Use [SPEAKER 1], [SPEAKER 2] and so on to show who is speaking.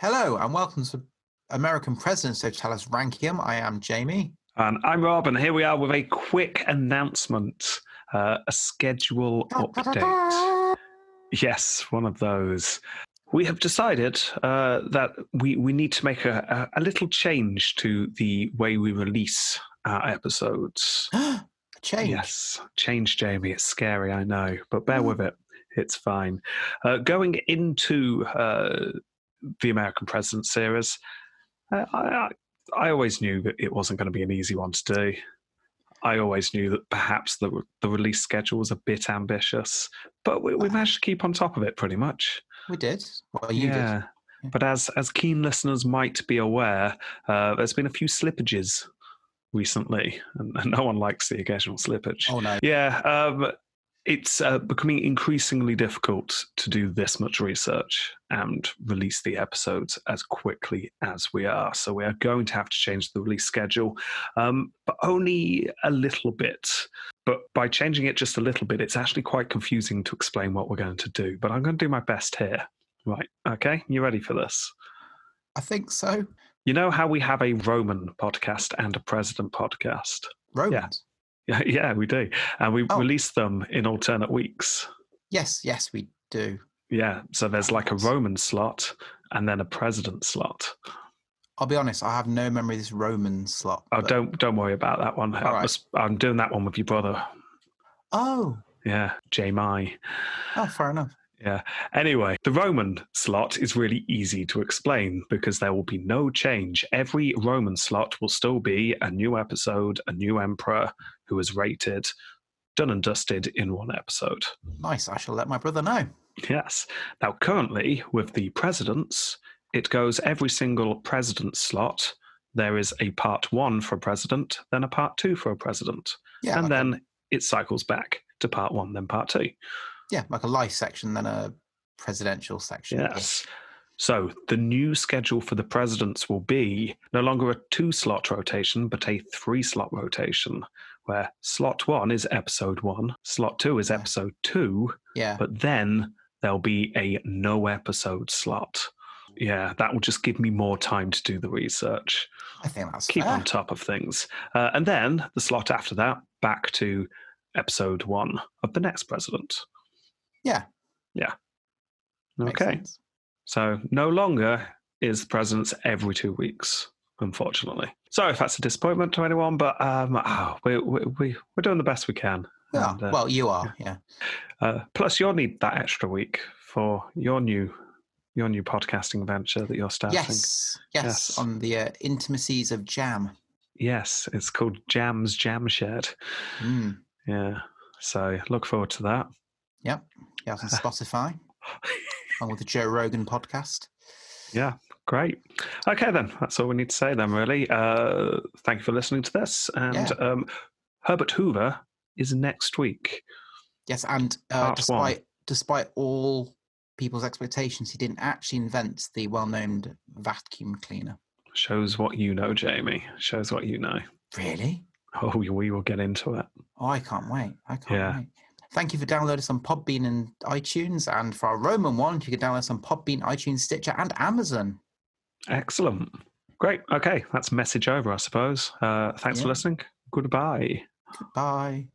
[SPEAKER 1] Hello and welcome to American Presidents of Talas Rankium. I am Jamie.
[SPEAKER 2] And I'm Rob, and here we are with a quick announcement, uh, a schedule update. Yes, one of those. We have decided uh, that we, we need to make a, a, a little change to the way we release our episodes.
[SPEAKER 1] Change.
[SPEAKER 2] Yes, change, Jamie. It's scary, I know, but bear
[SPEAKER 1] Mm.
[SPEAKER 2] with it. It's fine. Uh, going into uh, the American President series, uh, I, I, I always knew that it wasn't going to be an easy one to do. I always knew that perhaps the, the release schedule was a bit ambitious, but we, we managed to keep on top of it pretty much.
[SPEAKER 1] We did. Well, Ah. Oh, you did. Yeah.
[SPEAKER 2] But as, as keen listeners might be aware, uh, there's been a few slippages recently, and, and no one likes the occasional slippage.
[SPEAKER 1] Oh no.
[SPEAKER 2] Yeah, um, it's uh, becoming increasingly difficult to do this much research and release the episodes as quickly as we are. So we are going to have to change the release schedule, um, but only a little bit. But by changing it just a little bit, it's actually quite confusing to explain what we're going to do. But I'm going to do my best here. Right. Okay. You ready for this?
[SPEAKER 1] I think so.
[SPEAKER 2] You know how we have a Roman podcast and a president podcast?
[SPEAKER 1] Romans.
[SPEAKER 2] Yeah, yeah, we do. And we
[SPEAKER 1] Oh.
[SPEAKER 2] release them in alternate weeks.
[SPEAKER 1] Yes, yes, we do.
[SPEAKER 2] Yeah. So there's like a
[SPEAKER 1] Nice.
[SPEAKER 2] Roman slot and then a president slot.
[SPEAKER 1] I'll be honest. I have no memory of this Roman slot.
[SPEAKER 2] Oh,
[SPEAKER 1] but-
[SPEAKER 2] don't don't worry about that one.
[SPEAKER 1] All right.
[SPEAKER 2] I am doing that one with your brother.
[SPEAKER 1] Oh,
[SPEAKER 2] Yeah, Jamie.
[SPEAKER 1] oh, fair enough.
[SPEAKER 2] Anyway, the Roman slot is really easy to explain because there will be no change. Every Roman slot will still be a new episode, a new emperor who is rated, done and dusted in one episode.
[SPEAKER 1] Nice. I shall let my brother know.
[SPEAKER 2] Yes. Now, currently, with the presidents, it goes every single president slot. There is a part one for a president, then a part two for a president,
[SPEAKER 1] Yeah.
[SPEAKER 2] and
[SPEAKER 1] like a-
[SPEAKER 2] then it cycles back to part one, then part two.
[SPEAKER 1] yeah, like a life section, then a presidential section. I guess.
[SPEAKER 2] Yes. So the new schedule for the presidents will be no longer a two slot rotation, but a three slot rotation, where slot one is episode one, slot two is
[SPEAKER 1] Yeah.
[SPEAKER 2] episode two,
[SPEAKER 1] Yeah.
[SPEAKER 2] but then there'll be a no episode slot. Yeah, that will just give me more time to do the research,
[SPEAKER 1] I think that's
[SPEAKER 2] keep
[SPEAKER 1] fair.
[SPEAKER 2] on top of things. Uh, and then the slot after that, back to episode one of the next president.
[SPEAKER 1] Yeah.
[SPEAKER 2] Yeah.
[SPEAKER 1] Makes
[SPEAKER 2] Okay.
[SPEAKER 1] sense.
[SPEAKER 2] So no longer is presence every two weeks, unfortunately. Sorry if that's a disappointment to anyone, but um, ah, we, we, we, we're doing the best we can.
[SPEAKER 1] Yeah.
[SPEAKER 2] And, uh,
[SPEAKER 1] well, you are. Yeah.
[SPEAKER 2] uh, plus, you'll need that extra week for your new your new podcasting venture that you're starting.
[SPEAKER 1] Yes, yes.
[SPEAKER 2] Yes.
[SPEAKER 1] On the uh, intimacies of jam.
[SPEAKER 2] Yes, it's called Jams Jam Shed.
[SPEAKER 1] Mm.
[SPEAKER 2] Yeah. So look forward to that.
[SPEAKER 1] Yeah, it's on Spotify, along with the Joe Rogan podcast.
[SPEAKER 2] Yeah, great. Okay, then that's all we need to say. Then, really, uh, thank you for listening to this. And
[SPEAKER 1] Yeah.
[SPEAKER 2] um, Herbert Hoover is next week.
[SPEAKER 1] Yes, and uh,
[SPEAKER 2] Part one.
[SPEAKER 1] despite despite all people's expectations, he didn't actually invent the well-known vacuum cleaner.
[SPEAKER 2] Shows what you know, Jamie. Shows what you know.
[SPEAKER 1] Really?
[SPEAKER 2] Oh, we we will get into it.
[SPEAKER 1] Oh, I can't wait. I can't
[SPEAKER 2] Yeah.
[SPEAKER 1] wait. Thank you for downloading us on Podbean and iTunes. And for our Roman one, you can download us on Podbean, iTunes, Stitcher, and Amazon.
[SPEAKER 2] Excellent. Great. Okay, that's message over, I suppose. Uh, thanks for
[SPEAKER 1] Yeah.
[SPEAKER 2] listening. Goodbye.
[SPEAKER 1] Goodbye.